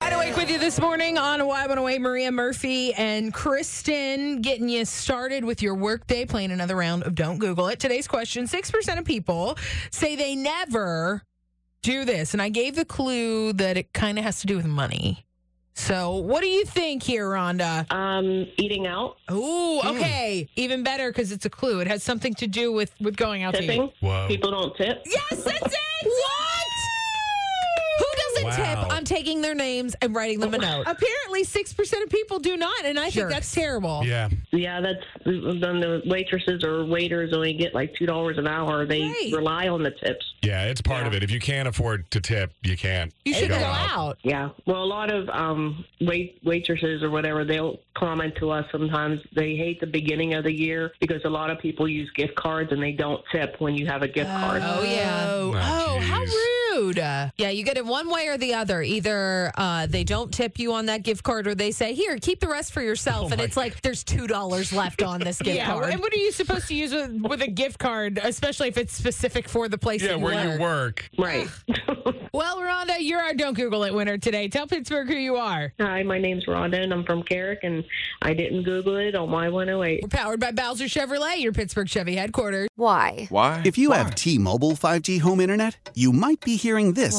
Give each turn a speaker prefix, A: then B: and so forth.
A: Wide awake with you this morning on Y108, Maria Murphy and Kristen getting you started with your workday, playing another round of Don't Google It. Today's question 6% of people say they never do this. And I gave the clue that it kind of has to do with money. So what do you think here, Rhonda?
B: Um, eating out,
A: Ooh, okay. Even better because it's a clue. It has something to do with, with going out to eat.
B: tipping.
C: Whoa.
B: People don't tip.
A: Yes, that's it. what? Who doesn't
C: Wow.
A: tip? I'm taking their names and writing them a note. Apparently, six percent of people do not, and I think that's terrible.
C: Yeah.
B: Yeah, that's then the waitresses or waiters only get like two dollars an hour. They
A: Right.
B: rely on the tips.
C: Yeah, it's part of it. If you can't afford to tip, you can't.
A: You should
C: go
A: go
C: out.
A: out.
B: Yeah. Well, a lot of um, wait waitresses or whatever they'll comment to us sometimes. They hate the beginning of the year because a lot of people use gift cards and they don't tip when you have a gift card.
A: Oh yeah. Oh,
C: Oh,
A: how
C: geez.
A: rude. Uh, Yeah, you get it one way or the other. Either uh, they don't tip you on that gift card, or they say, "Here, keep the rest for
C: Oh
A: yourself." and it's like there's two dollars left on this gift
D: Yeah,
A: card.
D: and what are you supposed to use with, with a gift card, especially if it's specific for the place?
C: Yeah,
D: that
C: where you
D: work?
C: work.
B: Right.
D: Well, Rhonda, you're our Don't Google It winner today. Tell Pittsburgh who you are.
B: Hi, my name's Rhonda and I'm from Carrick and I didn't Google it on my 108.
A: We're powered by Bowser Chevrolet, your Pittsburgh Chevy headquarters.
E: Mm, Why?
F: Why?
G: If you have T Mobile 5G home internet, you might be hearing this